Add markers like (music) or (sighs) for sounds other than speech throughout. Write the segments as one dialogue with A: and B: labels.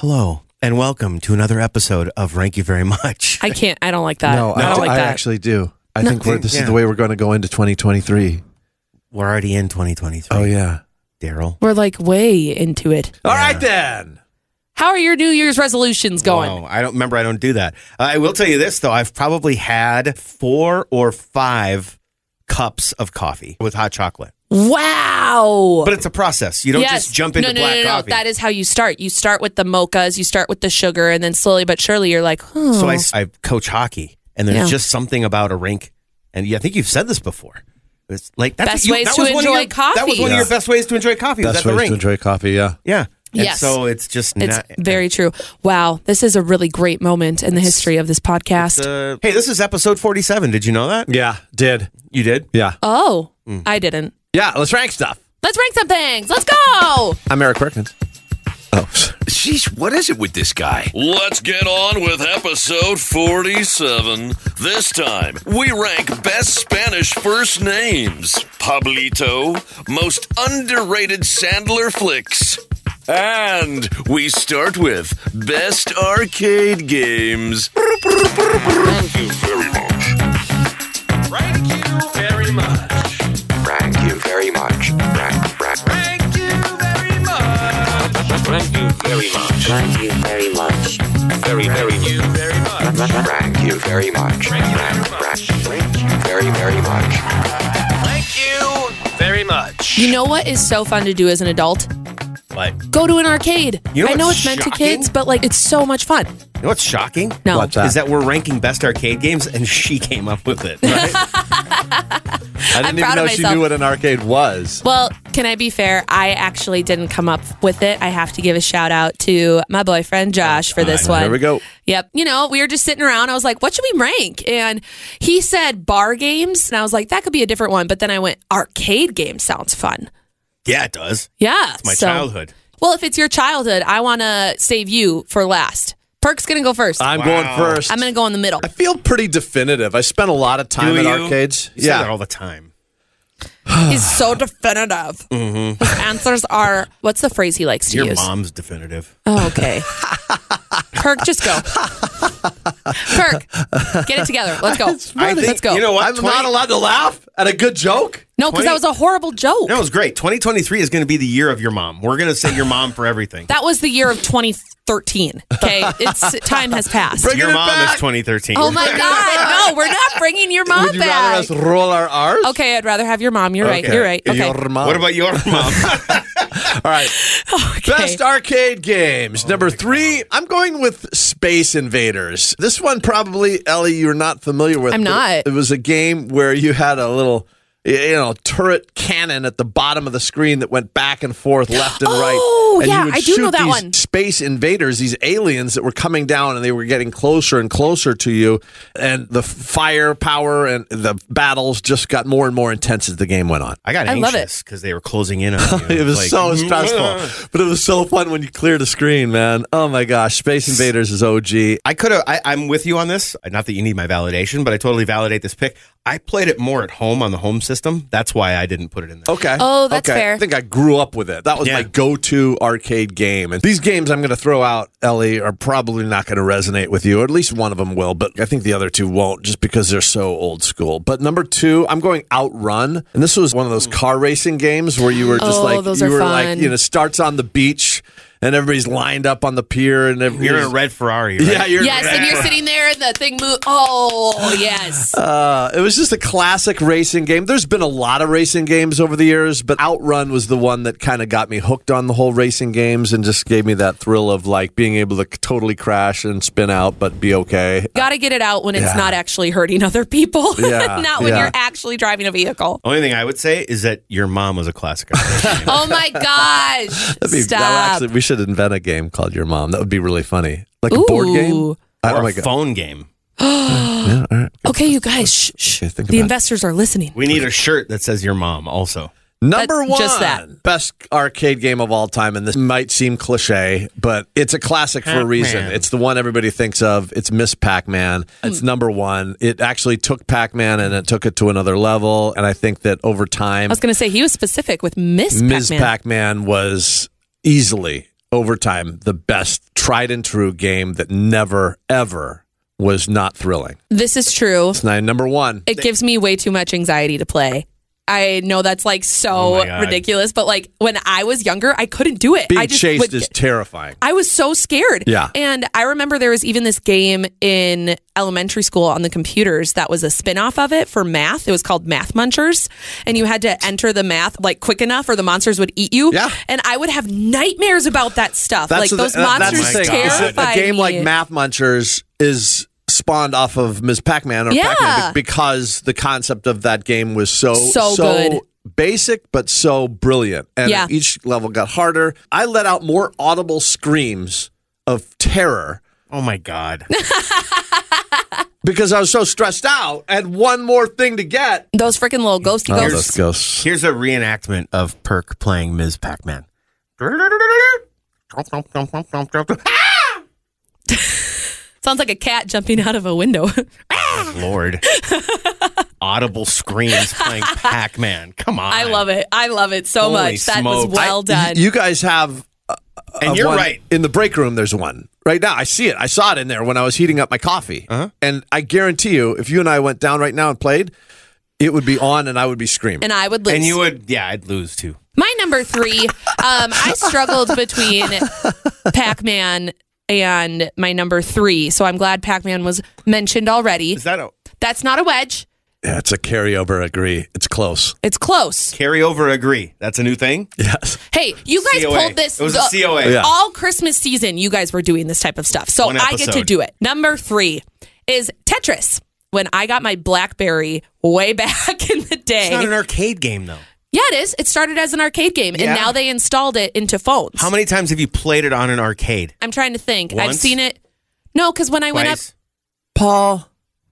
A: Hello and welcome to another episode of Rank You Very Much.
B: I can't. I don't like that.
C: No,
B: I
C: I,
B: don't
C: d-
B: like
C: I
B: that.
C: actually do. I think we're, this
A: Yeah.
C: is the way we're going to go into 2023.
A: We're already in 2023.
C: Oh, yeah.
A: Daryl.
B: We're like way into it.
C: All right, then.
B: How are your New Year's resolutions going?
A: Wow, I don't remember. I don't do that. Uh, I will tell you this though. I've probably had four or five cups of coffee with hot chocolate,
B: Wow.
A: but it's a process. You don't just jump into
B: no, no,
A: black
B: no, no,
A: coffee.
B: No. That is how you start. You start with the mochas, you start with the sugar, and then slowly but surely you're like, hmm.
A: so I, I coach hockey, and there's
B: Yeah.
A: just something about a rink. And yeah, I think you've said this before. It's like that's
B: Best
A: you-
B: ways
A: that
B: to
A: was one of
B: enjoy
A: your- That was
B: coffee.
A: one of your
C: Yeah.
A: best ways to enjoy coffee. was
C: Best
A: at the
C: ways
A: rink.
C: to enjoy coffee. Yeah.
A: yeah. And
B: Yes.
A: so it's just
B: it's
A: not, uh,
B: very true. Wow. This is a really great moment in the history of this podcast.
A: Uh, hey, this is episode 47. Did you know that?
C: Yeah. Did.
A: You did?
C: Yeah.
B: oh,
A: Mm.
B: I didn't.
C: Yeah. Let's rank stuff.
B: Let's rank some things. Let's go.
C: I'm Eric Perkins. (laughs) Oh,
D: Jeez, what is it with this guy?
E: Let's get on with episode 47. This time, we rank best Spanish first names Pablito, most underrated Sandler flicks, and we start with best arcade games. Thank you very much. Thank you very much.
D: Thank you very much. Rank, rank,
E: Thank you very much.
D: thank you very much.
F: Thank you very much.
D: Very, very much.
E: you very much.
D: Thank you very much. Rank, rank, thank you very, very much.
E: Thank you very much.
B: You know what is so fun to do as an adult?
A: Like, you
B: Go to an arcade.
A: You know
B: I know
A: what's
B: it's meant to
A: shocking?
B: kids, but like it's so much fun.
A: know what's shocking?
B: No.
C: What's
A: Is that we're ranking best arcade games, and she came up with
C: (laughs)
A: it. Right?
C: I didn't
B: I'm
C: even
B: proud
C: know
B: of
C: she
B: myself.
C: knew what an arcade was.
B: Well, can I be fair? I actually didn't come up with it. I have to give a shout out to my boyfriend Josh for this one.
C: Here we go.
B: Yep. You know, we were just sitting around. I was like, what should we rank? And he said bar games. And I was like, that could be a different one. But then I went, arcade game sounds fun.
A: yeah, it does.
B: Yeah.
A: It's my
B: so-
A: childhood.
B: Well, if it's your childhood, I want to save you for last. Perk's going to go first.
C: I'm going first.
B: I'm going to go in the middle.
C: I feel pretty definitive. I spent a lot of time
A: Do
C: at
A: you?
C: arcades.
A: You say that
C: yeah.
A: all the time.
B: He's so definitive. His answers are what's the phrase he likes to
A: Your
B: use?
A: mom's definitive.
B: Oh, okay. Perk, just go. Perk, get it together. Let's go. Let's go.
A: You know what?
C: I'm
A: 20
C: not allowed to laugh at a good joke.
B: no, because that was a horrible joke.
A: That was great. 2023 is going to be the year of your mom. We're going to say your mom for everything.
B: That was the year of 2013. Okay, it's time has passed.
C: Bring
A: your
C: it
A: mom
C: back.
A: is 2013.
B: Oh my God! No, we're not bringing your mom
C: Would you rather
B: back.
C: us roll our R's?
B: Okay, I'd rather have your mom. You're right.
A: Okay.
B: You're right. Okay.
C: Your mom.
A: What about
C: (laughs)
A: your mom?
C: All right.
B: (laughs) Okay.
C: Best arcade games. Number three, I'm going with Space Invaders. This one probably, Ellie, you're not familiar with.
B: I'm
C: but
B: not.
C: It was a game where you had a little, you know, turret cannon at the bottom of the screen that went back and forth, left and right.
B: Oh,
C: and you
B: yeah,
C: would
B: I do know
C: shoot
B: that
C: these
B: one.
C: Space Invaders, these aliens that were coming down and they were getting closer and closer to you. And the firepower and the battles just got more and more intense as the game went on.
A: I got
B: I love it.
A: anxious because they were closing in
C: (laughs)
A: on you.
C: It was
A: Like, (laughs)
C: so stressful, but it was so fun when you cleared the screen, man. Oh my gosh, Space Invaders is OG.
A: I could have. I'm with you on this. Not that you need my validation, but I totally validate this pick. I played it more at home on the home system. That's why I didn't put it in there.
C: Okay.
B: Oh, that's
C: okay.
B: fair.
C: I think I grew up with it. That was
A: Yeah.
C: my go-to arcade game. And these games I'm going to throw out, Ellie, are probably not going to resonate with you. Or at least one of them will, but I think the other two won't, just because they're so old school. But number two, I'm going Outrun, and this was one of those car racing games where you were just
B: Oh,
C: like,
B: those
C: you
B: are
C: were
B: fun.
C: like, you know, starts on the beach. And everybody's lined up on the pier, and everybody's,
A: Oh, You're in a red Ferrari. Right?
C: yeah, you're
B: Yes, and you're sitting there and the thing moves. Oh, yes.
C: Uh, it was just a classic racing game. There's been a lot of racing games over the years, but Outrun was the one that kind of got me hooked on the whole racing games and just gave me that thrill of like being able to totally crash and spin out but be okay.
B: Got to get it out when it's
C: Yeah.
B: not actually hurting other people, (laughs)
C: Yeah,
B: not when
C: yeah.
B: you're actually driving a vehicle.
A: Only thing I would say is that your mom was a classic. (laughs) artist.
B: Oh my gosh!
C: That'd be-
B: Stop.
C: That would actually, we should invent a game called Your Mom. That would be really funny, like a board game.
B: Ooh.
C: I-
A: or
C: oh my
A: a
C: god!
A: phone game.
C: Yeah, all right.
B: okay, you guys, shh, shh.
C: Okay, think
B: the
C: about it.
B: investors are listening.
A: We need a shirt that says your mom. Also,
C: Number
B: That-
C: one,
B: just that.
C: best arcade game of all time, and this might seem cliche, but it's a classic for a reason.
A: Pac-Man.
C: It's the one everybody thinks of. It's Miss Pac-Man.
B: Hmm.
C: It's number one. It actually took Pac-Man and it took it to another level. And I think that over time,
B: I was going to say he was specific with Miss
C: Ms.
B: Pac-Man.
C: Pac-Man was easily overtime the best tried and true game that never, ever was not thrilling.
B: This is true.
C: It's nine number one.
B: It gives me way too much anxiety to play. I know that's like
A: Oh
B: so
A: my God.
B: ridiculous, but like when I was younger, I couldn't do it.
C: Being
B: I just
C: chased
B: would
C: is terrifying.
B: I was so scared.
C: Yeah.
B: And I remember there was even this game in elementary school on the computers that was a spin-off of it for math. It was called Math Munchers. And you had to enter the math like quick enough or the monsters would eat you.
C: Yeah.
B: And I would have nightmares about that stuff. like
C: the-
B: those
C: that- that's the
B: monsters
C: thing. It's
B: terrified
C: A, a game
B: me.
C: like Math Munchers is spawned off of Ms. Pac-Man or
B: Yeah.
C: Pac-Man be- because the concept of that game was so
B: So good.
C: basic but so brilliant, and
B: Yeah.
C: each level got harder. I let out more audible screams of terror
A: Oh my
B: (laughs)
A: god.
C: because I was so stressed out. And one more thing to get.
B: Those freaking little ghosty
C: Oh,
B: ghosts.
C: ghosts.
A: Here's a reenactment of Perk playing Ms. (laughs) Pac-Man. Oh,
B: Sounds like a cat jumping out of a window. (laughs)
A: Lord. Audible screams playing Pac-Man. Come on.
B: I love it. I love it so
A: Holy
B: much. That was
A: smokes.
B: well done.
C: You guys have
A: And
C: of
A: you're
C: one-
A: right.
C: In the break room, there's one right now. I see it. I saw it in there when I was heating up my coffee. And I guarantee you, if you and I went down right now and played, it would be on and I would be screaming.
B: and I would lose.
A: And you would yeah, I'd lose too.
B: My number three, um, I struggled between Pac Man and my number three. So I'm glad Pac Man was mentioned already.
A: Is that a
B: That's not a wedge.
C: yeah, it's a carryover. Agree. It's close.
B: It's close.
A: carryover agree? That's a new thing?
C: (laughs) Yes.
B: Hey, you guys
A: COA.
B: pulled this
A: It was a COA.
C: Yeah.
B: all Christmas season. You guys were doing this type of stuff, so
A: One
B: I get to
A: episode.
B: do it. Number three is Tetris. When I got my BlackBerry way (laughs) back in the day,
A: It's not an arcade game though.
B: yeah, it is. It started as an arcade game,
A: Yeah.
B: and now they installed it into phones.
A: How many times have you played it on an arcade?
B: I'm trying to think. I've
A: Once?
B: seen it. No, because when I went up,
A: Twice?
C: Paul,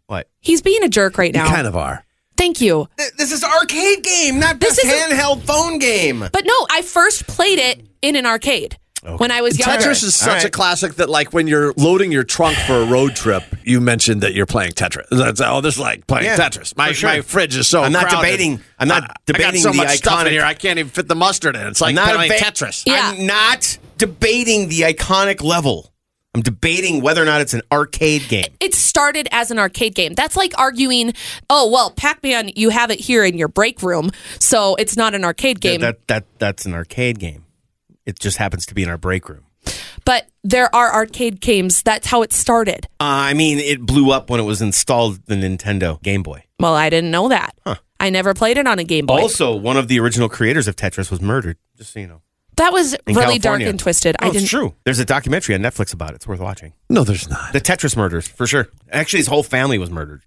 A: What?
B: He's being a jerk right
C: you
B: now.
C: kind of are.
B: Thank you.
A: Th- This is arcade game, not
B: This
A: just
B: isn't-
A: handheld phone game.
B: But no, I first played it in an arcade when I was younger.
C: Tetris is such
A: All right.
C: a classic that, like, when you're loading your trunk for a road trip, you mentioned that you're playing Tetris. That's oh, this is like playing
A: Yeah,
C: Tetris. My,
A: for sure.
C: my fridge is so.
A: I'm not
C: crowded.
A: debating- I'm not
C: I- I got
A: debating
C: so
A: the
C: much stuff in
A: iconic-
C: here. I can't even fit the mustard in. It's like
A: not
C: playing
A: deba-
C: Tetris.
B: Yeah.
A: I'm not debating the iconic level. I'm debating whether or not it's an arcade game.
B: it started as an arcade game. That's like arguing, oh, well, Pac Man, you have it here in your break room, so it's not an arcade game.
A: That that that's an arcade game. It just happens to be in our break room.
B: but there are arcade games. That's how it started.
A: Uh, I mean, it blew up when it was installed the Nintendo Game Boy.
B: Well, I didn't know that. I never played it on a Game Boy.
A: Also, one of the original creators of Tetris was murdered. Just so you know,
B: that was
A: in
B: really dark
A: California.
B: and twisted.
A: No,
B: I didn't.
A: It's true. There's a documentary on Netflix about it. It's worth watching.
C: No, there's not.
A: The Tetris murders, for sure. Actually, his whole family was murdered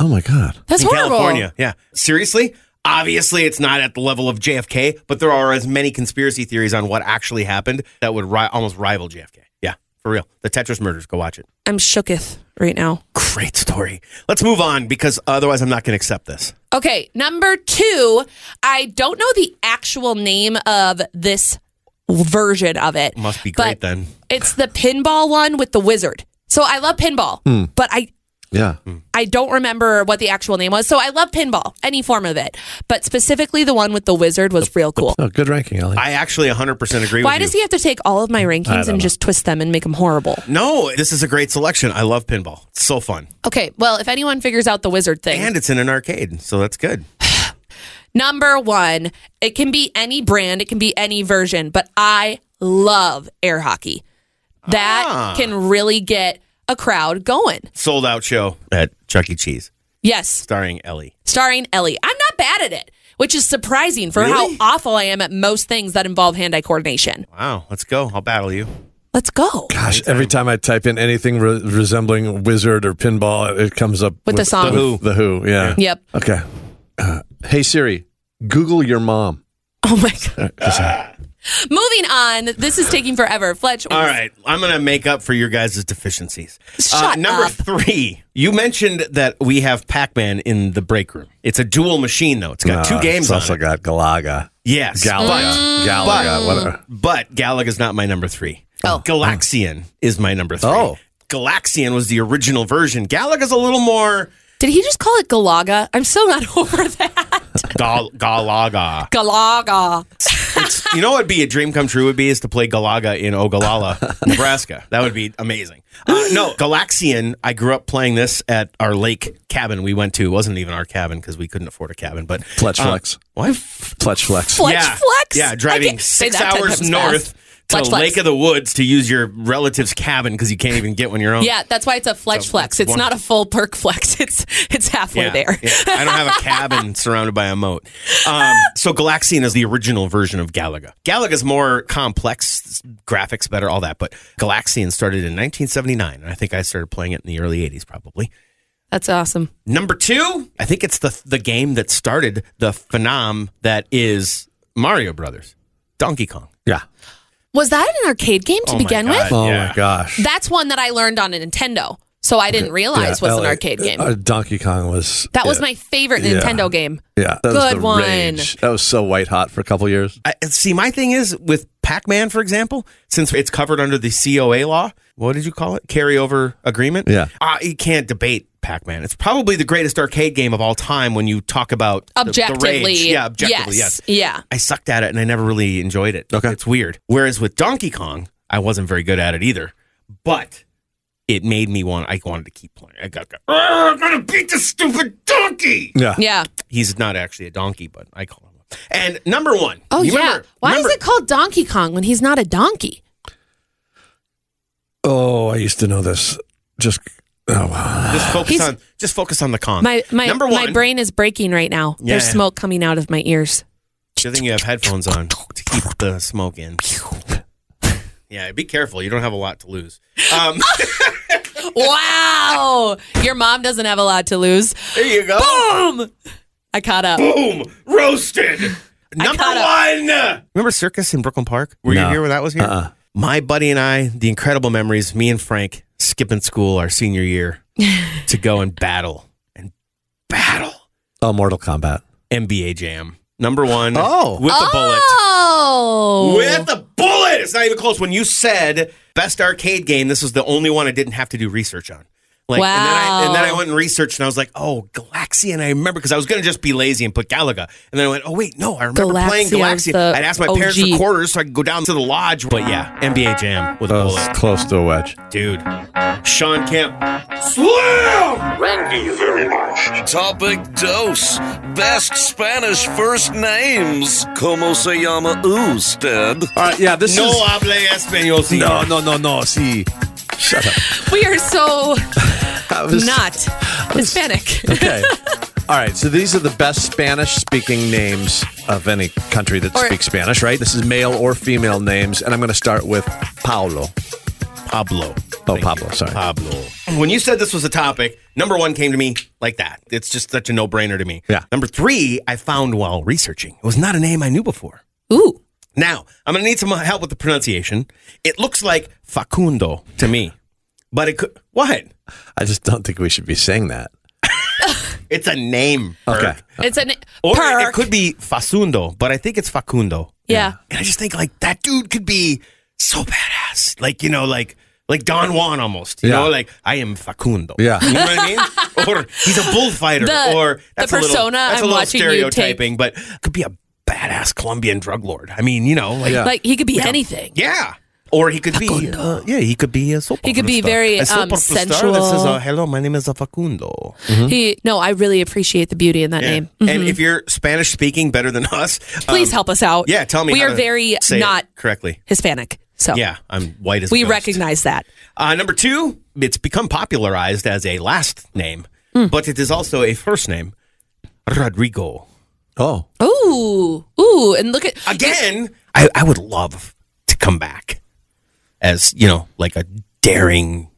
C: Oh my god.
B: That's
A: in
B: horrible.
A: California. Yeah, seriously. Obviously, it's not at the level of JFK, but there are as many conspiracy theories on what actually happened that would ri- almost rival JFK. Yeah, for real. The Tetris murders. Go watch it.
B: I'm shooketh right now.
A: Great story. Let's move on because otherwise, I'm not going to accept this.
B: Okay, number two, I don't know the actual name of this version of it.
A: Must be great
B: but
A: then.
B: It's the pinball one with the wizard. So I love pinball, but I
C: Yeah.
B: I don't remember what the actual name was. So I love pinball, any form of it, but specifically the one with the wizard was real cool.
C: Oh, good ranking, Ellie.
A: I actually 100% agree
B: Why
A: with
B: does
A: you.
B: he have to take all of my rankings and just twist them and make them horrible?
A: No, this is a great selection. I love pinball. It's so fun.
B: Okay, well, if anyone figures out the wizard thing,
A: And it's in an arcade, so that's good.
B: Number one, it can be any brand, it can be any version, but I love air hockey. That
A: Ah.
B: can really get a crowd going.
A: Sold out show at Chuck E. Cheese,
B: Yes,
A: starring Ellie.
B: starring Ellie. I'm not bad at it, which is surprising for
A: Really?
B: how awful I am at most things that involve hand eye coordination.
A: Wow, let's go. I'll battle you.
B: Let's go.
C: Gosh, every time I type in anything re- resembling wizard or pinball, it comes up
B: With the song. The Who.
C: The Who, yeah.
B: Yep.
C: Okay. Uh, hey Siri, Google your mom.
B: Oh my God. Moving on. This is taking forever. Fletch.
A: All right, I'm going to make up for your guys' deficiencies. Uh,
B: Shut
A: number
B: up.
A: three, you mentioned that we have Pac Man in the break room. It's a dual machine, though. It's got
C: Uh,
A: two games
C: It's also
A: on it.
C: got Galaga,
A: Yes.
C: Galaga, Galaga, whatever.
A: But Galaga's not my number three.
B: Oh.
A: Galaxian is my number three.
C: Oh.
A: Galaxian was the original version. Galaga's a little more
B: Did he just call it (laughs) Galaga? I'm still not over that.
A: gal- Galaga.
B: Galaga.
A: It's It's you know what'd be a dream come true would be is to play Galaga in
C: (laughs)
A: Ogallala, Nebraska. That would be amazing. Uh, no, Galaxian. I grew up playing this at our lake cabin we went to. It wasn't even our cabin because we couldn't afford a cabin. But uh,
C: Fletch Flex.
A: what?
C: Fletch Flex.
B: Fletch
A: yeah,
B: Flex.
A: Yeah,
B: I
A: driving
B: can't say
A: six
B: that ten
A: hours
B: times
A: north
B: fast.
A: to
B: Fletch Flex.
A: Lake of the Woods to use your relative's cabin because you can't even get one your own.
B: Yeah, that's why it's a flex
A: So
B: flex.
A: that's
B: It's
A: one-
B: not a full perk flex. (laughs) It's it's halfway there.
A: yeah. I don't have a cabin surrounded by a moat. Um, so Galaxian is the original version of Galaga. Galaga's more complex, graphics better, all that. But Galaxian started in 1979, and I think I started playing it in the early 80s, probably.
B: That's awesome.
A: Number two, I think it's the the game that started the phenom that is Mario Brothers, Donkey Kong.
C: Yeah.
B: Was that an arcade game to
A: Oh my
B: begin
A: God.
B: with?
C: Oh
A: Yeah.
C: my gosh.
B: That's one that I learned on a Nintendo. So I didn't realize
C: Yeah,
B: was an
C: LA
B: arcade game.
C: uh, Donkey Kong was.
B: that was
C: it.
B: my favorite Nintendo game.
C: Yeah. That was
B: Good
C: the
B: one.
C: rage. That was so white hot for a couple years.
A: I, see, my thing is with Pac-Man, for example, since it's covered under the COA law. What did you call it? Carryover agreement.
C: Yeah.
A: uh, you can't debate Pac-Man. It's probably the greatest arcade game of all time when you talk about the- the rage.
B: Objectively.
A: yeah, objectively, yes.
B: Yeah.
A: I sucked at it and I never really enjoyed it.
C: Okay.
A: it's weird. Whereas with Donkey Kong, I wasn't very good at it either, but. It made me want. I wanted to keep playing. I got. got "Arr, I'm gonna beat this stupid donkey.
C: Yeah.
B: Yeah.
A: He's not actually a donkey, but I call him. one. And number one.
B: Oh
A: you
B: yeah.
A: remember-
B: Why
A: remember-
B: is it called Donkey Kong when he's not a donkey?
C: Oh, I used to know this. Just. Oh, wow.
B: (sighs)
A: Just focus
B: He's-
A: on just focus on the con.
B: My my
A: number one.
B: my brain is breaking right now.
A: Yeah.
B: There's smoke coming out of my ears.
A: Good thing you have headphones on to keep the smoke
B: (laughs)
A: in. Yeah, be careful. You don't have a lot to
B: (laughs)
A: lose. Um,
B: Wow. Your mom doesn't have a lot to lose.
A: there you go.
B: Boom. I caught up.
A: Boom! Roasted. Number one. Remember Circus in Brooklyn Park? Were you
C: No.
A: here when that was here?
C: Uh-uh.
A: My buddy and I, the incredible memories. Me and Frank skipping school our senior
B: (laughs)
A: year to go and battle and battle
C: Oh, Mortal Kombat.
A: NBA Jam. Number one.
C: Oh.
A: with the bullet.
B: Oh.
A: With a bullet. It's not even close. When you said best arcade game, this was the only one I didn't have to do research on. Like, and, then I, and then I
B: Wow.
A: went and researched, and I was like, "Oh, Galaxian!" I remember because I was going to just be lazy and put Galaga, and then I went, "Oh wait, no, I remember playing
B: Galaxia's
A: Galaxian."
B: the
A: I'd ask my parents for
B: OG.
A: quarters so I could go down to the lodge. But yeah, NBA Jam with a
C: That
A: bullet,
C: was close to a wedge.
A: dude. Sean Kemp, slam.
E: Topic Dos. Best Spanish first names. Como se llama usted?
C: All right. Yeah. This
A: No
C: is.
A: hable español.
C: No,
A: señor.
C: no, no, no. See. Shut up.
B: We are so
C: I was-
B: not Hispanic.
C: Okay. (laughs) All right. So these are the best Spanish speaking names of any country that
B: Or-
C: speaks Spanish, right? This is male or female names. And I'm going to start with Paulo.
A: Pablo.
C: Oh, Pablo. Sorry.
A: Pablo. When you said this was a topic, number one came to me like that. It's just such a no brainer to me.
C: Yeah.
A: Number three, I found while researching. It was not a name I knew before.
B: Ooh.
A: Now, I'm going to need some help with the pronunciation. It looks like Facundo to me, but it could. What?
C: I just don't think we should be saying that.
A: It's a name. Perk.
C: Okay.
B: It's an
A: Or it-
B: perk.
A: it could be Fasundo, but I think it's Facundo.
B: yeah.
A: And I just think like that dude could be so badass. Like, you know, like like Don Juan almost. You
C: Yeah.
A: know, like I am Facundo.
C: Yeah.
A: You know what
C: (laughs)
A: I mean? Or he's a bullfighter.
B: The-
A: or
B: the
A: that's a little-
B: persona
A: that's a
B: I'm
A: little
B: watching you take-
A: stereotyping, but could be a badass Colombian drug lord. I mean, you know, like
C: Yeah.
A: yeah.
B: Like he could be anything.
A: Or he could be, uh, yeah, he could be a soap
B: He could
A: opera
B: be
A: star.
B: very,
A: a soap
B: um,
A: opera star that
B: sensual.
A: says, uh, "Hello, my name is uh, Facundo."
B: He no, I really appreciate the beauty in that
A: Yeah.
B: name.
A: And if you're Spanish speaking better than us,
B: Mm-hmm. Please
A: um,
B: help us out.
A: Yeah, tell me.
B: We
A: how to
B: are very
A: say it
B: not
A: correctly.
B: Hispanic. So
A: Yeah, I'm white as a
B: we
A: ghost.
B: recognize that.
A: Uh, number two, it's become popularized as a last name,
B: Hmm.
A: but it is also a first name, Rodrigo.
C: Oh.
B: Ooh. Ooh. And look at
A: Again, I, I would love to come back as, you know, like a daring,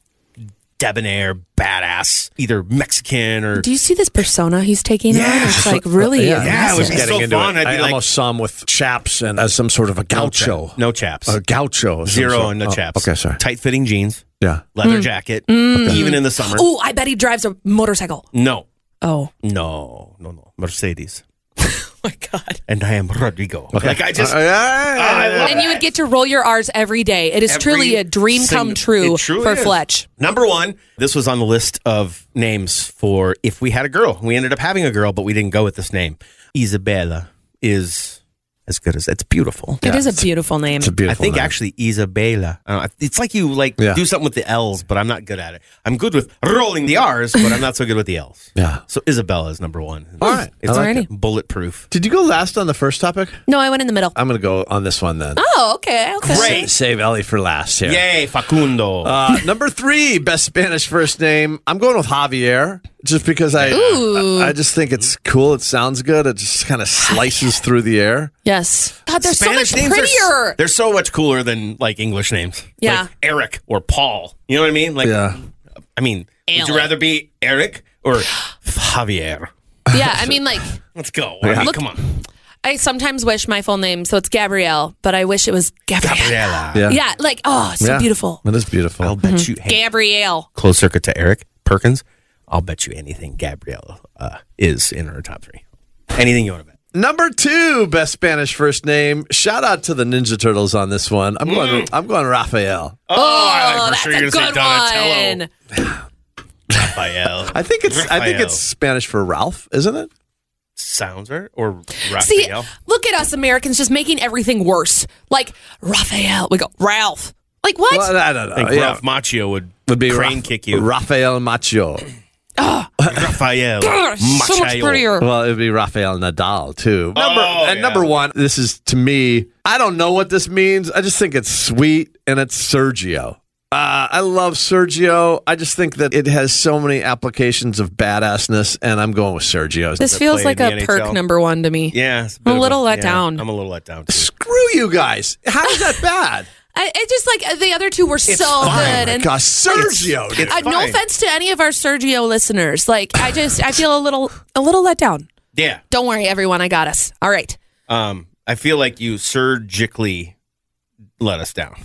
A: debonair, badass, either Mexican or.
B: do you see this persona he's taking on?
A: Yeah.
B: It's like really
A: Yeah, it was
B: impressive.
A: getting so fun, I'd
C: I
A: be like-
C: almost saw him with chaps and as some sort of a gaucho.
A: No chaps.
C: A gaucho. of some
A: Zero
C: sort.
A: and no
C: Oh,
A: chaps.
C: Okay, sorry.
A: Tight fitting jeans,
C: Yeah.
A: leather jacket, even in the summer.
B: Hmm. Ooh, I bet he drives a motorcycle.
A: No, (laughs)
B: Oh.
A: no, no, no. Mercedes.
B: oh my god.
A: And I am Rodrigo. Like, I just.
C: Uh, yeah, yeah,
A: I
C: yeah.
A: love
B: And you would get to roll your R's every day. It is
A: Every
B: truly a dream come
A: single-
B: true
A: it truly
B: for
A: is.
B: Fletch.
A: Number one, this was on the list of names for if we had a girl. We ended up having a girl, but we didn't go with this name. Isabella is, I as good as it's beautiful.
B: It is a beautiful name.
C: It's a
A: I
C: beautiful.
A: think
C: name.
A: actually Isabella. I don't know. It's like you like
C: Yeah.
A: do something with the L's, but I'm not good at it. I'm good with rolling the R's, but I'm not so good with the L's.
C: Yeah.
A: So Isabella is number one.
C: All right.
A: It's
B: I like
A: like
B: it.
A: bulletproof.
C: Did you go last on the first topic?
B: No, I went in the middle.
C: I'm going to go on this one then.
B: Oh, okay. okay.
A: Great.
C: Sa- Save Ellie for last here.
A: Yay, Facundo.
C: Uh, number three, best Spanish first name. I'm going with Javier just because I I, I just think it's cool. It sounds good. It just kind of slices through the air.
B: Yes. God, they're so much
A: are s- (laughs)
B: prettier.
A: they're so much cooler than like English names.
B: Yeah.
A: Like Eric or Paul. You know what I mean? Like
C: Yeah.
A: I mean, would you
B: Alec.
A: rather be Eric or Javier?
B: yeah, I mean, like,
A: Let's go. I mean,
B: Look-
A: come on.
B: I sometimes wish my full name, so it's Gabrielle, but I wish it was Gabrielle.
A: Gabriella.
C: Yeah.
B: Yeah, like, oh, it's so
C: Yeah.
B: beautiful.
C: It is beautiful.
A: I'll bet
B: Mm-hmm.
A: you hey,
B: Gabrielle.
A: close circuit to Eric Perkins. I'll bet you anything Gabrielle uh, is in her top three. Anything you want to bet.
C: Number two, best Spanish first name. Shout out to the Ninja Turtles on this one. I'm
A: Mm.
C: going. I'm going Raphael.
A: Oh, I like for
B: that's
A: sure
B: a
A: you're gonna
B: good
A: say
B: one.
A: Donatello. Raphael.
C: I think it's. I think
A: Raphael.
C: it's Spanish for Ralph, isn't it?
A: sounds right. Or
B: See,
A: Raphael.
B: look at us Americans just making everything worse. Like, Raphael. We go, Ralph. Like, what?
C: Well, I don't know.
A: I think
C: Yeah.
A: Ralph Macchio would,
C: Would be
A: crane
C: Raf-
A: kick you.
C: Raphael Macho.
A: Raphael.
B: so much
A: Macchio.
B: prettier.
C: Well, it'd be Rafael Nadal too. Number
A: Oh,
C: and
A: yeah.
C: number one, this is to me. I don't know what this means. I just think it's sweet and it's Sergio. Uh, I love Sergio. I just think that it has so many applications of badassness, and I'm going with Sergio.
B: This
A: play
B: feels
A: in
B: like
A: the
B: a perk
A: NHL?
B: number one to me.
A: Yeah, it's
B: I'm a
A: bit of
B: little let down.
A: I'm a little let down. Too.
C: Screw you guys. How is that
B: (laughs)
C: bad?
B: I, it just like the other two were so
C: Fine.
A: Oh
B: good. And
C: Gosh, Sergio. dude.
B: uh, no offense to any of our Sergio listeners. Like, I just I feel a little a little let down.
A: Yeah,
B: Don't worry, everyone. I got us. All right.
A: um, I feel like you surgically let us down.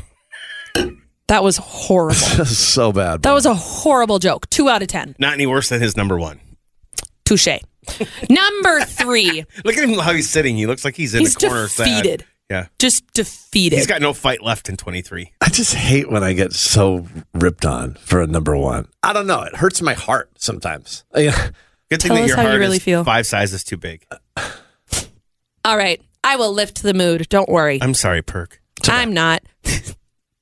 B: That was horrible.
A: (laughs)
C: This is so bad.
B: That was a horrible joke. Two out of ten.
A: Not any worse than his number one.
B: Touche.
A: (laughs)
B: Number three,
A: Look at him how he's sitting. He looks like he's in
B: He's
A: a corner. sad.
B: defeated.
A: Yeah,
B: just defeated.
A: he's got no fight left in 23.
C: I just hate when I get so ripped on for a number one. I don't know. It hurts my heart sometimes. (laughs) Yeah.
A: Good thing
B: Tell
A: that
B: us
A: your
B: how you
A: heart
B: really
A: is
B: feel.
A: five sizes too big.
B: All right. I will lift the mood. Don't worry. I'm,
A: I'm sorry, Perk.
B: not.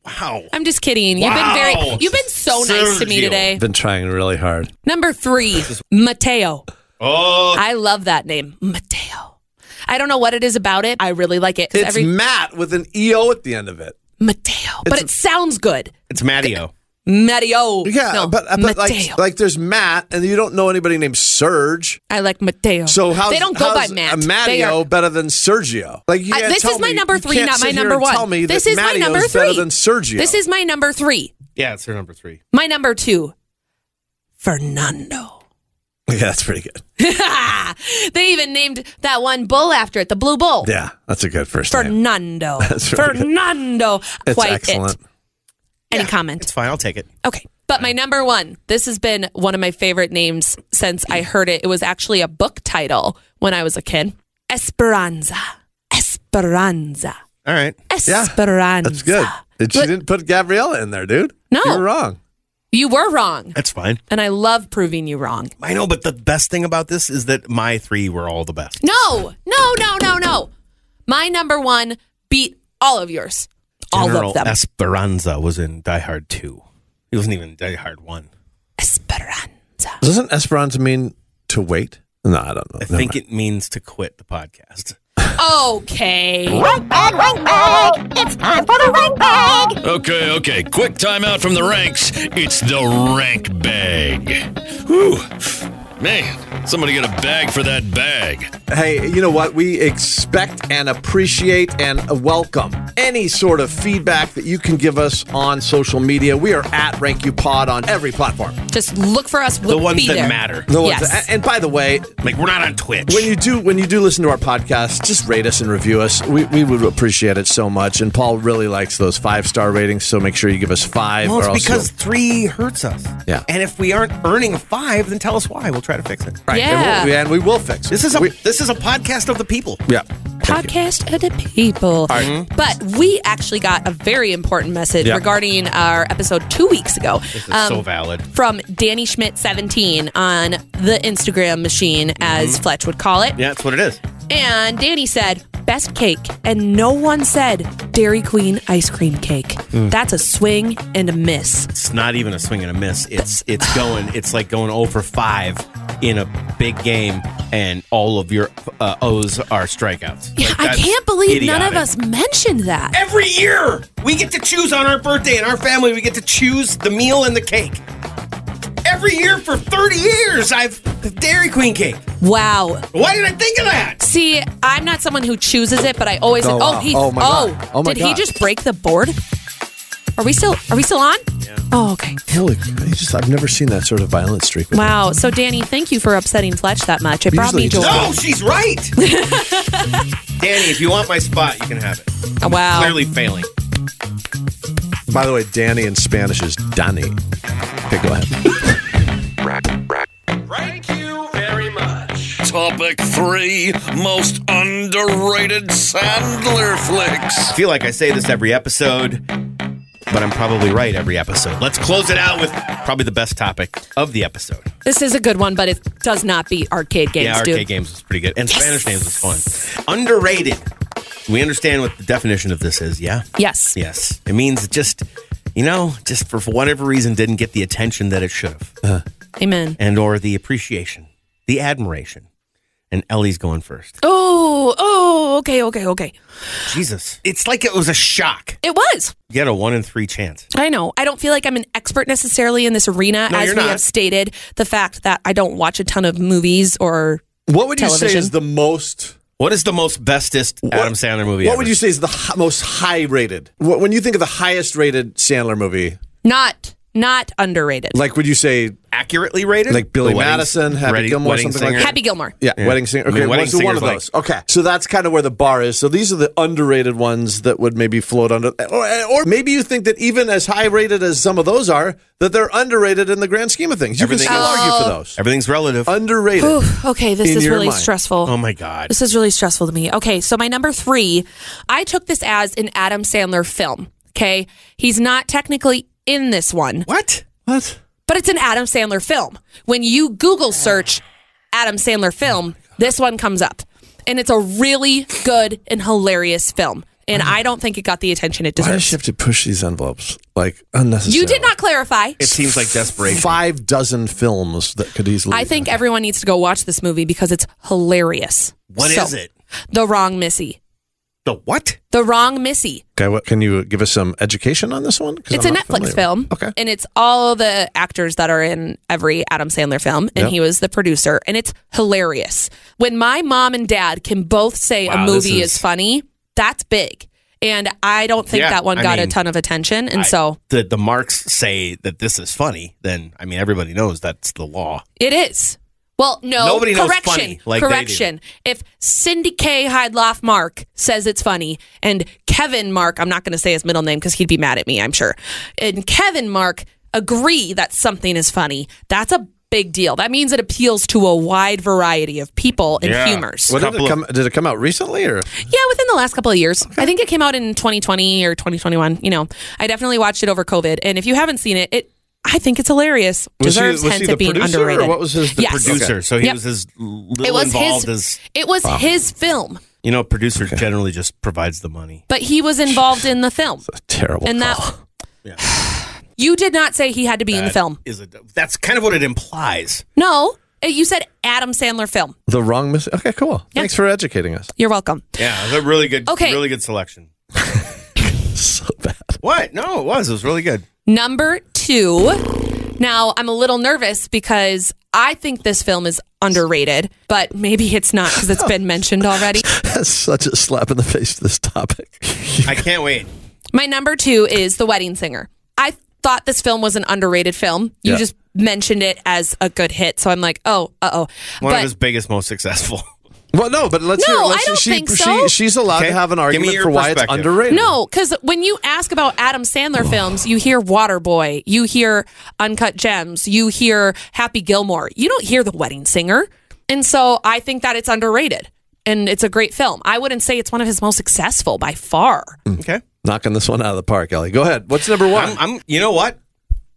A: Wow.
B: I'm just kidding. You've been
A: Wow.
B: very you've been so nice to me
A: Sergio.
B: today.
C: I've been trying really hard.
B: Number three, Mateo.
A: Oh,
B: I love that name. Mateo. I don't know what it is about it. I really like it. 'cause
C: It's
B: every
C: Matt with an EO at the end of it.
B: Mateo. But it sounds good.
A: it's Matteo.
B: Mateo.
C: Yeah,
B: No,
C: but, but
B: Mateo.
C: like, like there's Matt, and you don't know anybody named Serge.
B: I like Mateo.
C: So how
B: they don't go by Matt.
C: A
B: They are-
C: Matteo better than Sergio. Like you
B: I-
C: can't
B: this
C: tell
B: is my
C: me-
B: number
C: you
B: three,
C: can't
B: not
C: sit
B: my
C: here
B: number
C: and
B: one.
C: Tell me
B: This
C: that
B: is my
C: Matteo's
B: number
C: better
B: three.
C: than Sergio.
B: This is my number three.
A: Yeah, it's her number three.
B: My number two, Fernando.
C: (laughs)
B: (laughs)
C: yeah, that's pretty good.
B: they even named that one bull after it, the blue bull.
C: Yeah, that's a good first name.
B: Fernando.
C: (laughs) That's really good.
B: Fernando.
C: It's
B: Quite
C: excellent.
B: it. Any comment?
A: It's fine. I'll take it.
B: Okay. But my number one, this has been one of my favorite names since I heard it. It was actually a book title when I was a kid. Esperanza. Esperanza.
A: All right.
B: Esperanza.
C: That's good. Did, she
B: But-
C: didn't put Gabriella in there, dude.
B: No.
C: you were wrong.
B: You were wrong.
A: That's fine.
B: And I love proving you wrong.
A: I know, but the best thing about this is that my three were all the best.
B: No, no, no, no, no. My number one beat all of yours. All
A: General
B: of them.
A: Esperanza was in Die Hard 2. He wasn't even in Die Hard 1.
B: Esperanza.
C: Doesn't Esperanza mean to wait? No, I don't know.
A: I think it means to quit the podcast.
B: Okay.
F: Rank bag, rank bag. It's time for the rank bag.
E: Okay, okay. Quick timeout from the ranks. It's the rank bag. Whew. Man, somebody get a bag for that bag.
C: Hey, you know what? We expect and appreciate and welcome any sort of feedback that you can give us on social media. We are at RankYouPod on every platform.
B: Just look for us.
A: The
B: We'll
A: ones
B: be
A: that
B: there.
A: matter.
C: The ones-
B: Yes.
C: a- And by the way,
A: Like, we're not on Twitch.
C: when you do when you do listen to our podcast, just rate us and review us. We, we would appreciate it so much. And Paul really likes those five star ratings, so make sure you give us five.
A: well,
C: or
A: it's
C: else
A: because
C: you'll-
A: three hurts us.
C: Yeah.
A: And if we aren't earning a five, then tell us why. We'll try to fix it.
C: right,
B: Yeah.
C: and, we'll, and we will fix. it.
A: This is a
C: We-
A: this is a podcast of the people.
C: yeah.
B: podcast of the people. But we actually got a very important message
C: Yeah.
B: regarding our episode two weeks ago. This
A: is so valid.
B: From Danny Schmidt 17 on
A: Mm-hmm.
B: the Instagram machine, as Fletch would call it.
A: Yeah, that's what it is.
B: And Danny said, best cake, and no one said Dairy Queen ice cream cake.
A: Mm.
B: That's a swing and a miss.
A: It's not even a swing and a miss. It's it's going. It's like going over five in a big game, and all of your uh, O's are strikeouts.
B: Yeah,
A: Like,
B: I
A: that's
B: can't believe none of
A: idiotic.
B: us mentioned that.
A: Every year, we get to choose on our birthday and our family. We get to choose the meal and the cake. Every year for 30 years, I've Dairy Queen cake.
B: Wow.
A: Why did I think of that?
B: See, I'm not someone who chooses it, but I always
C: Oh,
B: oh,
C: wow.
B: he
C: Oh, my
B: oh,
C: God. Oh, my
B: did he
C: God.
B: just break the board? Are we still are we still on? Yeah. Oh, okay.
C: Holy, I just, I've never seen that sort of violent streak. with
B: Wow. So Danny, thank you for upsetting Fletch that much. It brought me
C: Usually he
B: joy.
A: No,
C: just-
A: she's
B: (laughs)
A: right. Danny, if you want my spot, you can have it.
B: Wow.
A: Clearly failing.
C: him. By the way, Danny in Spanish is Danny. Okay, go ahead.
D: Rack, rack,
E: Thank you very much. Topic three most underrated Sandler flicks.
A: I feel like I say this every episode, but I'm probably right every episode. Let's close it out with probably the best topic of the episode.
B: This is a good one, but it does not beat arcade games,
A: yeah, arcade
B: dude.
A: games was pretty good, and Spanish names was fun. Underrated. We understand what the definition of this is, yeah?
B: Yes.
A: Yes. It means it just, you know, just for whatever reason didn't get the attention that it should have,
B: Amen.
A: and or the appreciation, the admiration. And Ellie's going first.
B: Oh, oh, okay, okay, okay.
A: Jesus. It's like it was a shock.
B: It was.
A: You had a one in three chance.
B: I know. I don't feel like I'm an expert necessarily in this arena,
A: No,
B: as
A: you're
B: we
A: not.
B: have stated. The fact that I don't watch a ton of movies or
C: What would you say
B: Television.
C: is the most?
A: What is the most bestest Adam Sandler movie
C: What
A: ever?
C: would you say is the hi- most high rated? Wh- When you think of the highest rated Sandler movie,
B: not not underrated.
C: like would you say
A: accurately rated?
C: like Billy
A: The Wedding-
C: Madison, Happy
A: Ready-
C: Gilmore,
A: Wedding
C: something like
A: Singer?
C: that?
B: Happy Gilmore.
C: Yeah,
A: Yeah.
C: wedding singer.
A: I mean,
C: Okay,
A: Wedding
C: what's the one
A: Singer's
C: of those? okay, so that's kind of where the bar is. So these are the underrated ones that would maybe float under, or, or maybe you think that even as high rated as some of those are, that they're underrated in the grand scheme of things. You
A: Everything
C: can still
A: is-
C: argue for those.
A: Everything's relative.
C: Underrated.
B: Ooh, okay, this
C: In
B: is
C: your
B: really
C: mind.
B: stressful.
A: oh my God.
B: This is really stressful to me. Okay, so my number three, I took this as an Adam Sandler film. Okay, he's not technically in this one,
A: What?
C: What?
B: but it's an Adam Sandler film. When you Google search Adam Sandler film, this one comes up, and it's a really good and hilarious film. And I don't think it got the attention it
C: Uh-huh. Why does she
B: deserves.
C: have to push these envelopes like unnecessarily?
B: You did not clarify.
A: It seems like desperation.
C: Five dozen films that could easily.
B: I think everyone needs to go watch this movie because it's hilarious.
A: What
B: What
A: is
B: is
A: it?
B: The Wrong Missy.
A: The what?
B: The Wrong Missy.
C: Okay, what, can you give us some education on this one? 'Cause
B: It's
C: I'm
B: a
C: not
B: Netflix
C: familiar.
B: film.
C: Okay.
B: And it's all the actors that are in every Adam Sandler film. And
C: Yep.
B: he was the producer. And it's hilarious. When my mom and dad can both say
A: Wow,
B: a
A: this
B: movie
A: is-
B: is, funny, that's big. And I don't think
A: Yeah,
B: that one
A: I
B: got
A: mean,
B: a ton of attention. And
A: I-
B: so
A: the the marks say that this is funny, then I mean everybody knows that's the law.
B: it is. Well, no.
A: Nobody knows
B: correction.
A: funny like they do.
B: correction. If Cindy K. Heidloff Mark says it's funny, and Kevin Mark, I'm not going to say his middle name because he'd be mad at me, I'm sure. And Kevin Mark agree that something is funny. That's a big deal. That means it appeals to a wide variety of people and
A: Yeah.
B: humors.
C: What, did,
A: Couple
C: it
A: of-
C: come, did it come out recently or?
B: Yeah, within the last couple of years. I think it came out in 2020 or 2021. You know, I definitely watched it over COVID. And if you haven't seen it, it I think it's hilarious.
C: Was he-
B: Deserves
C: was he
B: hence
C: the
B: it being
C: producer, or
B: underrated.
C: what was his- the
B: yes.
A: Producer, so he
B: Yep.
A: was as little
B: It was
A: involved
B: his.
A: as
B: It was his film,
A: you know. Producer generally just provides the money.
B: but he was involved in the film,
C: Terrible.
B: and
C: call.
B: (sighs) that. You did not say he had to be in the
A: That
B: film.
A: is a, that's kind of what it implies.
B: No, eh, you said Adam Sandler film.
C: The wrong mis Okay, cool. Thanks for educating us.
B: You're welcome.
A: Yeah, it's a really good,
B: Okay.
A: really good
B: (laughs)
A: selection.
C: So bad.
A: What? No, it was. It was really good.
B: Number two. Now, I'm a little nervous because I think this film is underrated, but maybe it's not because it's been mentioned already.
C: (laughs)
A: (laughs)
C: That's such a slap in the face to this topic. (laughs)
A: I can't wait.
B: My number two is The Wedding Singer. I thought this film was an underrated film. You
C: Yeah.
B: just mentioned it as a good hit. So I'm like, oh, uh oh.
A: One of his biggest, most successful.
C: well, no, but let's
B: No,
C: hear. Let's,
B: I don't
C: she,
B: think
C: she-
B: so.
C: she's allowed
A: Okay,
C: to have an
A: give me
C: argument
A: your
C: for why it's
A: perspective.
C: underrated.
B: No, because when you ask about Adam Sandler films, you hear Waterboy, you hear Uncut Gems, you hear Happy Gilmore. You don't hear The Wedding Singer. And so I think that it's underrated and it's a great film. I wouldn't say it's one of his most successful by far.
A: Okay.
C: Knocking this one out of the park, Ellie. Go ahead. What's number one?
A: I'm, I'm. You know what?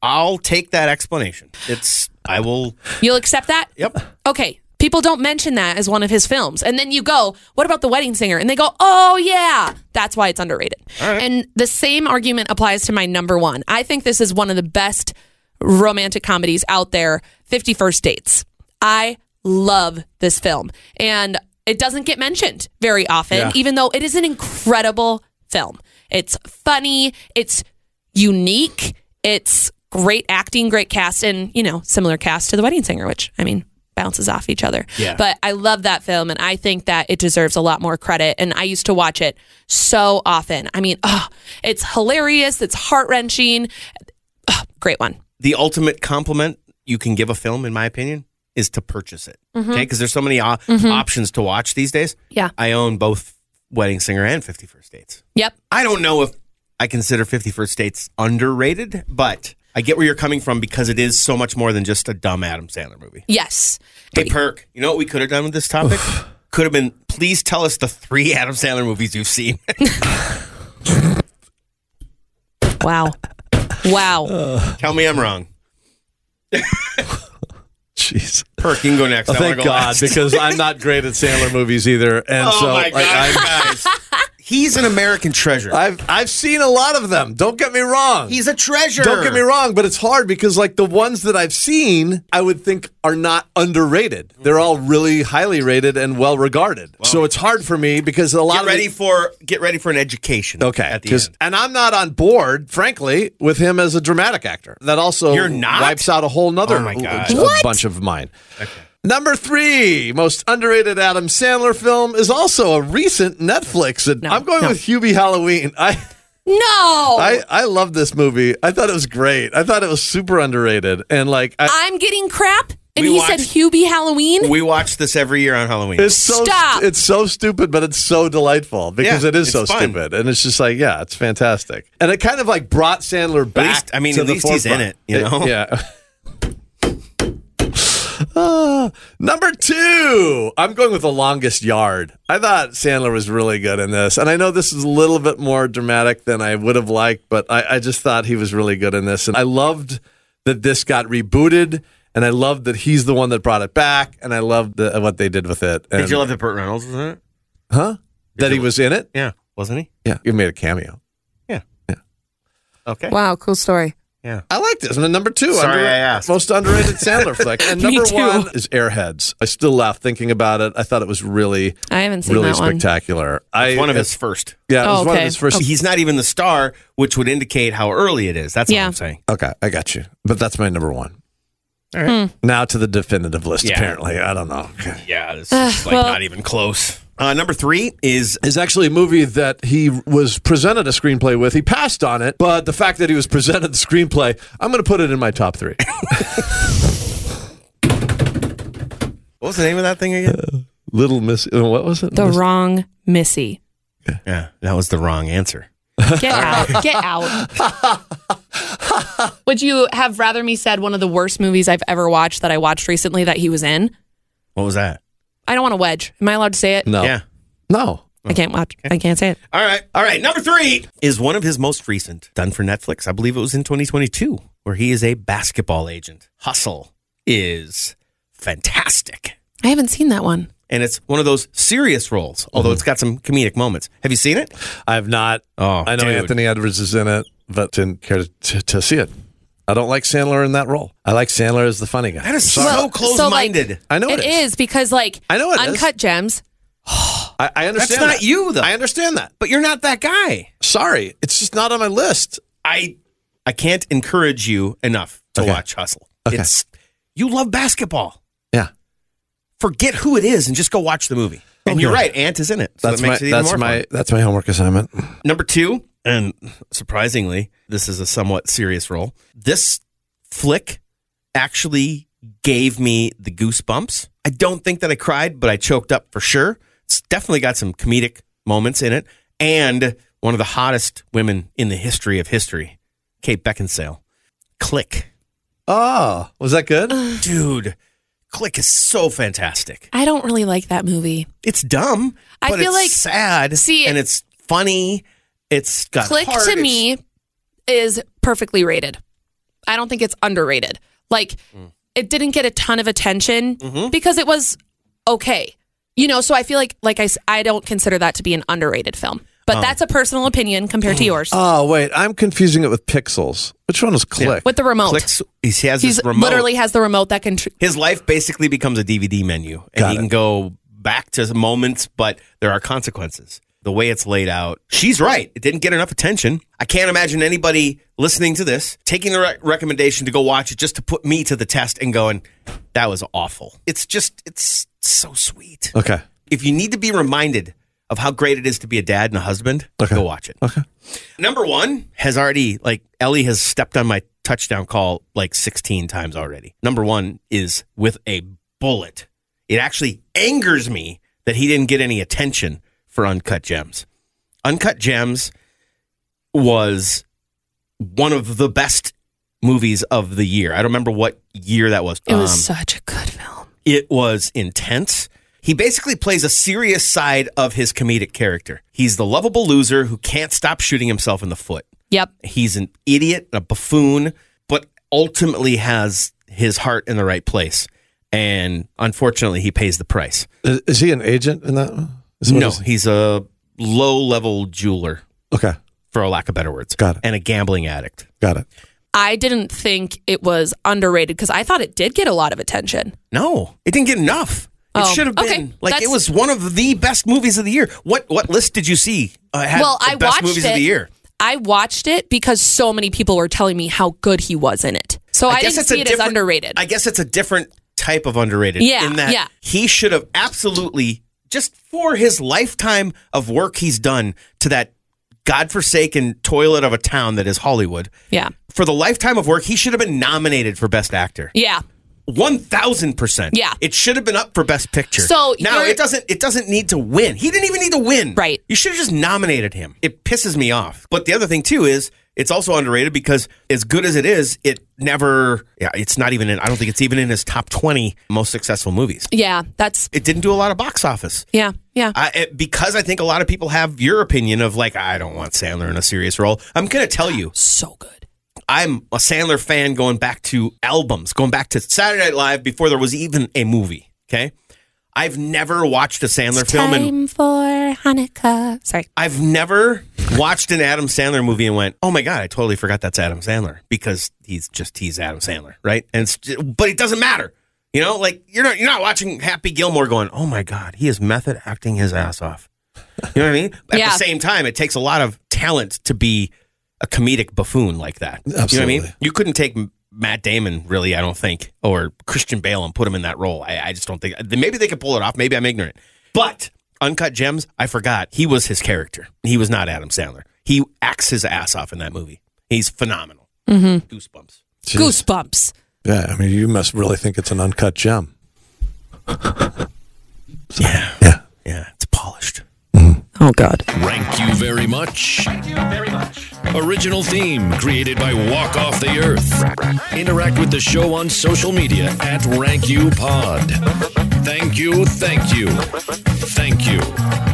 A: I'll take that explanation. It's. I will.
B: You'll accept that?
A: Yep.
B: Okay. People don't mention that as one of his films. And then you go, what about The Wedding Singer? And they go, oh, yeah. That's why it's underrated. And the same argument applies to my number one. I think this is one of the best romantic comedies out there 51st Dates. I love this film. And it doesn't get mentioned very often, even though it is an incredible film. It's funny, it's unique, it's great acting, great cast, and, you know, similar cast to The Wedding Singer, which, I mean, bounces off each other.
G: Yeah.
B: But I love that film and I think that it deserves a lot more credit. And I used to watch it so often. I mean, oh, it's hilarious, it's heart wrenching. great one.
G: the ultimate compliment you can give a film, in my opinion, is to purchase it. Okay, because there's so many o- options to watch these days.
B: Yeah.
G: I own both Wedding Singer and Fifty First Dates.
B: Yep.
G: I don't know if I consider Fifty First Dates underrated, but I get where you're coming from because it is so much more than just a dumb Adam Sandler movie.
B: Yes.
G: Hey, Perk, you know what we could have done with this topic? could have been. Please tell us the three (laughs) Adam Sandler movies you've seen. (laughs)
B: Wow. Wow.
G: tell me I'm wrong.
C: Jeez.
G: Perk, you can go next. I wanna
C: Oh, Thank
G: go
C: God,
G: last.
C: because I'm not great at Sandler movies either, (laughs) and
G: oh
C: so
G: my
C: like,
G: God,
C: I'm-
G: guys. He's an American treasure.
C: I've I've seen a lot of them. Don't get me wrong.
G: He's a treasure.
C: Don't get me wrong, but it's hard because like the ones that I've seen, I would think are not underrated. They're all really highly rated and well regarded. So it's hard for me because a lot
G: Get
C: of
G: ready
C: the-
G: for get ready for an education.
C: Okay,
G: at the
C: 'cause-
G: end.
C: and I'm not on board, frankly, with him as a dramatic actor. That also
G: You're not?
C: wipes out a whole nother
G: Oh my God.
C: a bunch of mine. Number three, most underrated Adam Sandler film is also a recent Netflix. And I'm going with Hubie Halloween. I
B: No.
C: I, I love this movie. I thought it was great. I thought it was super underrated. And like, I,
B: I'm getting crap. And
G: We
B: he
G: watched-
B: said Hubie Halloween.
G: We watch this every year on Halloween.
C: it's so
B: Stop.
C: it's so stupid, but it's so delightful because
G: Yeah,
C: it is so
G: it's fun.
C: stupid, and it's just like, yeah, it's fantastic. And it kind of like brought Sandler back.
G: least- I mean,
C: to
G: at
C: the
G: least he's in
C: forefront.
G: it, you know?
C: yeah. Ah, number two, I'm going with the longest yard. I thought Sandler was really good in this, and I know this is a little bit more dramatic than I would have liked, but I, I just thought he was really good in this, and I loved that this got rebooted, and I loved that he's the one that brought it back, and I loved the, what they did with it. And
G: Did you love that Burt Reynolds was in it?
C: that he was in it?
G: Yeah, wasn't he?
C: Yeah, he made a cameo.
G: Okay.
B: Wow, cool story.
C: I liked it. And then number two,
G: Sorry I asked.
C: most underrated Sandler
G: (laughs)
C: flick, and
B: Me
C: number
B: too.
C: one is Airheads. I still laugh thinking about it. I thought it was really.
B: I haven't seen
C: Really
B: that one.
C: spectacular. I uh,
G: It's one of his first.
C: Yeah, it
B: Oh,
C: was one of
B: okay.
C: his first.
G: He's not even the star, which would indicate how early it is. That's all
B: Yeah.
G: I'm saying.
C: Okay, I got you. But that's my number one. All right. Now to the definitive list,
G: Hmm. Yeah.
C: apparently. I don't know. Okay.
G: Yeah, this is like
B: well-
G: not even close. Uh, number three is
C: Is actually a movie that he was presented a screenplay with. He passed on it, but the fact that he was presented the screenplay, I'm going to put it in my top
G: (laughs)
C: three.
G: what was the name of that thing again?
C: Little Miss, uh, what was it?
B: The
C: Miss-
B: wrong Missy.
G: yeah, that was the wrong answer.
B: Get out. Get out. Would you have rather me said one of the worst movies I've ever watched that I watched recently that he was in?
G: What was that?
B: I don't want to wedge. Am I allowed to say it?
C: no.
G: Yeah.
C: No.
B: I can't watch. I can't say it.
G: All right. All right. Number three is one of his most recent, done for Netflix. I believe it was in 2022, where he is a basketball agent. Hustle is fantastic.
B: I haven't seen that one.
G: And it's one of those serious roles, although
C: Mm-hmm.
G: it's got some comedic moments. Have you seen it?
C: I have not.
G: Oh,
C: I know
G: dude.
C: Anthony Edwards is in it, but didn't care to, to see it. I don't like Sandler in that role. I like Sandler as the funny guy.
G: That is so
C: Sorry.
G: close-minded.
B: like,
C: I know it
B: it is.
C: is.
B: because like
C: I know it is.
B: Uncut Gems.
C: I, I understand.
G: not
C: that.
G: you, though.
C: I understand that.
G: but you're not that guy.
C: Sorry, it's just not on my list.
G: I I can't encourage you enough to
C: Okay.
G: watch Hustle.
C: Okay.
G: It's you love basketball.
C: Yeah,
G: Forget who it is and just go watch the movie. And you're right, Ant is in it. So
C: that's
G: that
C: my
G: makes it even
C: that's
G: more
C: my
G: fun.
C: that's my homework assignment.
G: Number two, and surprisingly, this is a somewhat serious role. This flick actually gave me the goosebumps. I don't think that I cried, but I choked up for sure. It's definitely got some comedic moments in it. And one of the hottest women in the history of history, Kate Beckinsale. Click.
C: Oh, was that good?
G: Dude, Click is so fantastic.
B: I don't really like that movie.
G: It's dumb,
B: I
G: but
B: feel
G: it's
B: like-
G: sad.
B: see,
G: and it's funny. It's got
B: Click
G: heart.
B: to
G: It's-
B: me is perfectly rated.
A: Mm. Mm-hmm.
B: I don't think it's underrated. Like it didn't get a ton of attention because it was okay. You know, so I feel like like I s- I don't consider that to be an underrated film.
A: Oh.
B: But that's a personal opinion compared to
A: Mm.
B: yours.
C: (sighs)
A: Uh,
C: Oh wait, I'm confusing it with Pixels. Which one is Click?
B: With the remote.
A: Clicks. He has
B: He's
A: his remote.
B: literally has the remote that can tr-
A: his life basically becomes a DVD menu, and
C: Got
A: he
C: it.
A: can go back to moments, but there are consequences. The way it's laid out, she's right. It didn't get enough attention. I can't imagine anybody listening to this taking the re- recommendation to go watch it just to put me to the test and going, "That was awful." It's just, it's so sweet.
C: Okay.
A: If you need to be reminded of how great it is to be a dad and a husband, go watch it. Okay. Number one has already like Ellie has stepped on my touchdown call like 16 times already. Number one is with a bullet. It actually angers me that he didn't get any attention for Uncut Gems. Uncut Gems was one of the best movies of the year. I don't remember what year that was.
B: It was
A: Um,
B: such a good film.
A: it was intense. He basically plays a serious side of his comedic character. He's the lovable loser who can't stop shooting himself in the foot.
B: Yep.
A: He's an idiot, a buffoon, but ultimately has his heart in the right place. And unfortunately, he pays the price.
C: Is, is he an agent in that? one? Is what
A: No,
C: is-
A: he's a low level jeweler,
C: okay.
A: for a lack of better words,
C: Got it.
A: and a gambling addict.
C: Got it.
B: I didn't think it was underrated because I thought it did get a lot of attention.
A: No, it didn't get enough. It
B: Oh,
A: should have been
B: okay.
A: like it
B: That's-
A: was one of the best movies of the year. What what list did you see? Uh, had
B: Well,
A: the
B: I
A: best
B: watched
A: movies
B: it.
A: of the year.
B: I watched it because so many people were telling me how good he was in it. So I, didn't
A: it's a
B: see it as
A: different-
B: underrated.
A: I guess it's a different type of underrated.
B: Yeah,
A: In that
B: yeah.
A: he should have absolutely just for his lifetime of work he's done to that godforsaken toilet of a town that is Hollywood.
B: yeah.
A: For the lifetime of work, he should have been nominated for Best Actor.
B: Yeah.
A: One thousand percent.
B: Yeah.
A: it should have been up for Best Picture.
B: So
A: now
B: you're-
A: it doesn't. It doesn't need to win. He didn't even need to win.
B: Right.
A: You should have just nominated him. It pisses me off. But the other thing too is it's also underrated because as good as it is, it never. Yeah, it's not even in. I don't think it's even in his top twenty most successful movies.
B: Yeah. That's,
A: It didn't do a lot of box office.
B: yeah. Yeah.
A: I, it, because I think a lot of people have your opinion of like I don't want Sandler in a serious role. I'm gonna tell you,
B: so good.
A: I'm a Sandler fan going back to albums, going back to Saturday Night Live before there was even a movie. Okay. I've never watched a Sandler film and
B: Time for Hanukkah. Sorry.
A: I've never watched an Adam Sandler movie and went, oh my God, I totally forgot that's Adam Sandler because he's just, he's Adam Sandler. Right. And, it's, but it doesn't matter. You know, like you're not, you're not watching Happy Gilmore going, oh my God, he is method acting his ass off. You know what I mean? At
B: Yeah.
A: the same time, it takes a lot of talent to be a comedic buffoon like that. You know what I mean?
C: Absolutely.
A: You couldn't take M- Matt Damon, really, I don't think, or Christian Bale and put him in that role. I, I just don't think. Maybe they could pull it off. Maybe I'm ignorant. But Uncut Gems, I forgot. He was his character. He was not Adam Sandler. He acts his ass off in that movie. He's phenomenal. Goosebumps.
C: Jeez.
B: Goosebumps.
C: Yeah, I mean, you must really think it's an uncut gem. (laughs)
A: Yeah.
C: Yeah.
A: Yeah. It's polished.
B: Oh, God.
E: Rank you very much. Thank you very much. Original theme created by Walk Off the Earth. Interact with the show on social media at Rank You Pod. Thank you, thank you, thank you,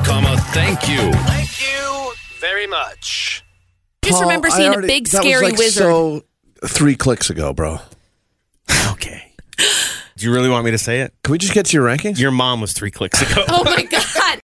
E: comma, thank you.
H: Thank you very much.
B: Just
C: Paul,
B: remember
C: I
B: seeing a
C: already-
B: big
C: that was,
B: scary
C: like,
B: wizard.
C: So three clicks ago, bro.
A: Okay. Do you really want me to say it?
C: Can we just get to your rankings?
A: Your mom was three clicks ago.
B: (laughs) oh, my God.